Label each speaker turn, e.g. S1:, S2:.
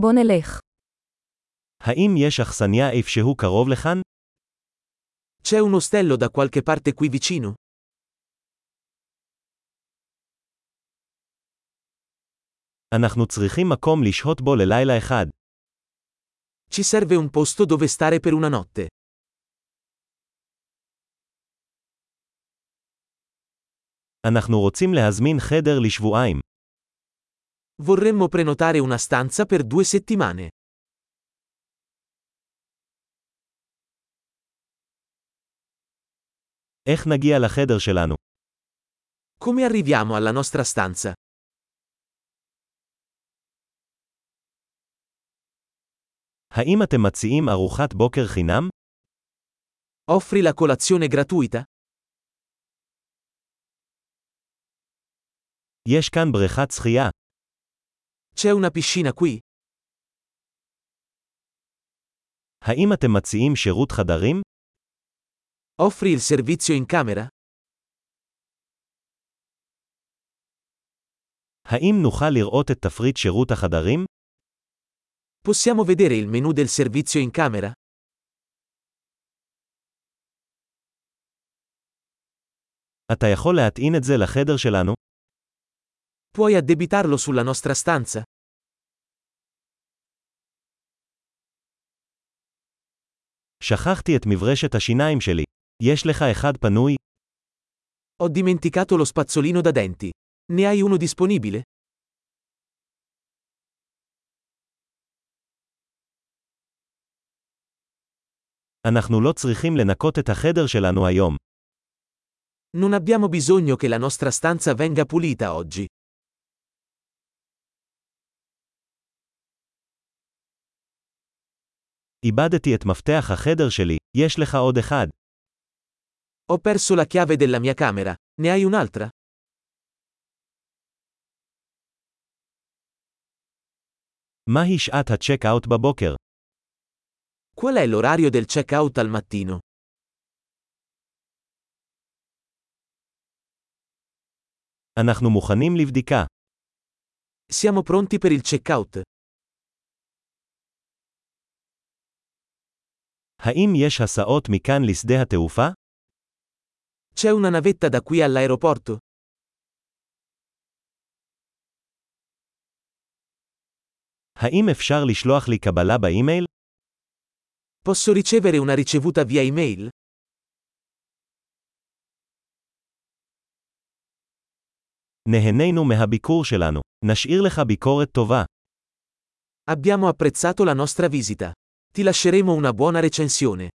S1: בוא נלך.
S2: האם יש אכסניה איפשהו קרוב לכאן?
S3: C'è un ostello da qualche parte qui vicino?
S2: אנחנו צריכים מקום לשהות בו ללילה אחד.
S3: Ci serve un posto dove stare per una notte.
S2: אנחנו רוצים להזמין חדר לשבועיים.
S3: Vorremmo prenotare una stanza per due settimane.
S2: איך נגיע לחדר שלנו?
S3: Come arriviamo alla nostra stanza?
S2: האם אתם מציעים ארוחת בוקר חינם?
S3: Offri la colazione gratuita?
S2: יש כאן בריכת שחייה.
S3: C'è una piscina qui?
S2: האם אתם מציעים שירות חדרים?
S3: Offri il servizio in camera?
S2: האם נוכל לראות את תפריט שירות החדרים?
S3: Possiamo vedere il menu del servizio in camera?
S2: אתה יכול להטעין את זה לחדר שלנו?
S3: Puoi addebitarlo sulla nostra stanza?
S2: שכחתי את מברשת השיניים שלי. יש לך אחד פנוי?
S3: Ho dimenticato lo spazzolino da denti. Ne hai uno disponibile?
S2: אנחנו לא צריכים לנקות את החדר שלנו היום.
S3: Non abbiamo bisogno che la nostra stanza venga pulita oggi.
S2: איבדתי את מפתח החדר שלי, יש לך עוד אחד.
S3: Ho perso la chiave della mia camera. Ne hai un'altra?
S2: מהי שעת הצ'ק-אאוט בבוקר?
S3: Qual è l'orario del check-out al mattino?
S2: אנחנו מוכנים לבדיקה.
S3: Siamo pronti per il check-out.
S2: האם יש הסעות מכאן לשדה התעופה?
S3: C'è una navetta da qui all'aeroporto?
S2: האם אפשר לשלוח לי קבלה באימייל?
S3: Posso ricevere una ricevuta via email?
S2: נהנינו מהביקור שלנו. נשאיר לך ביקורת טובה.
S3: Abbiamo apprezzato la nostra visita. Ti lasceremo una buona recensione.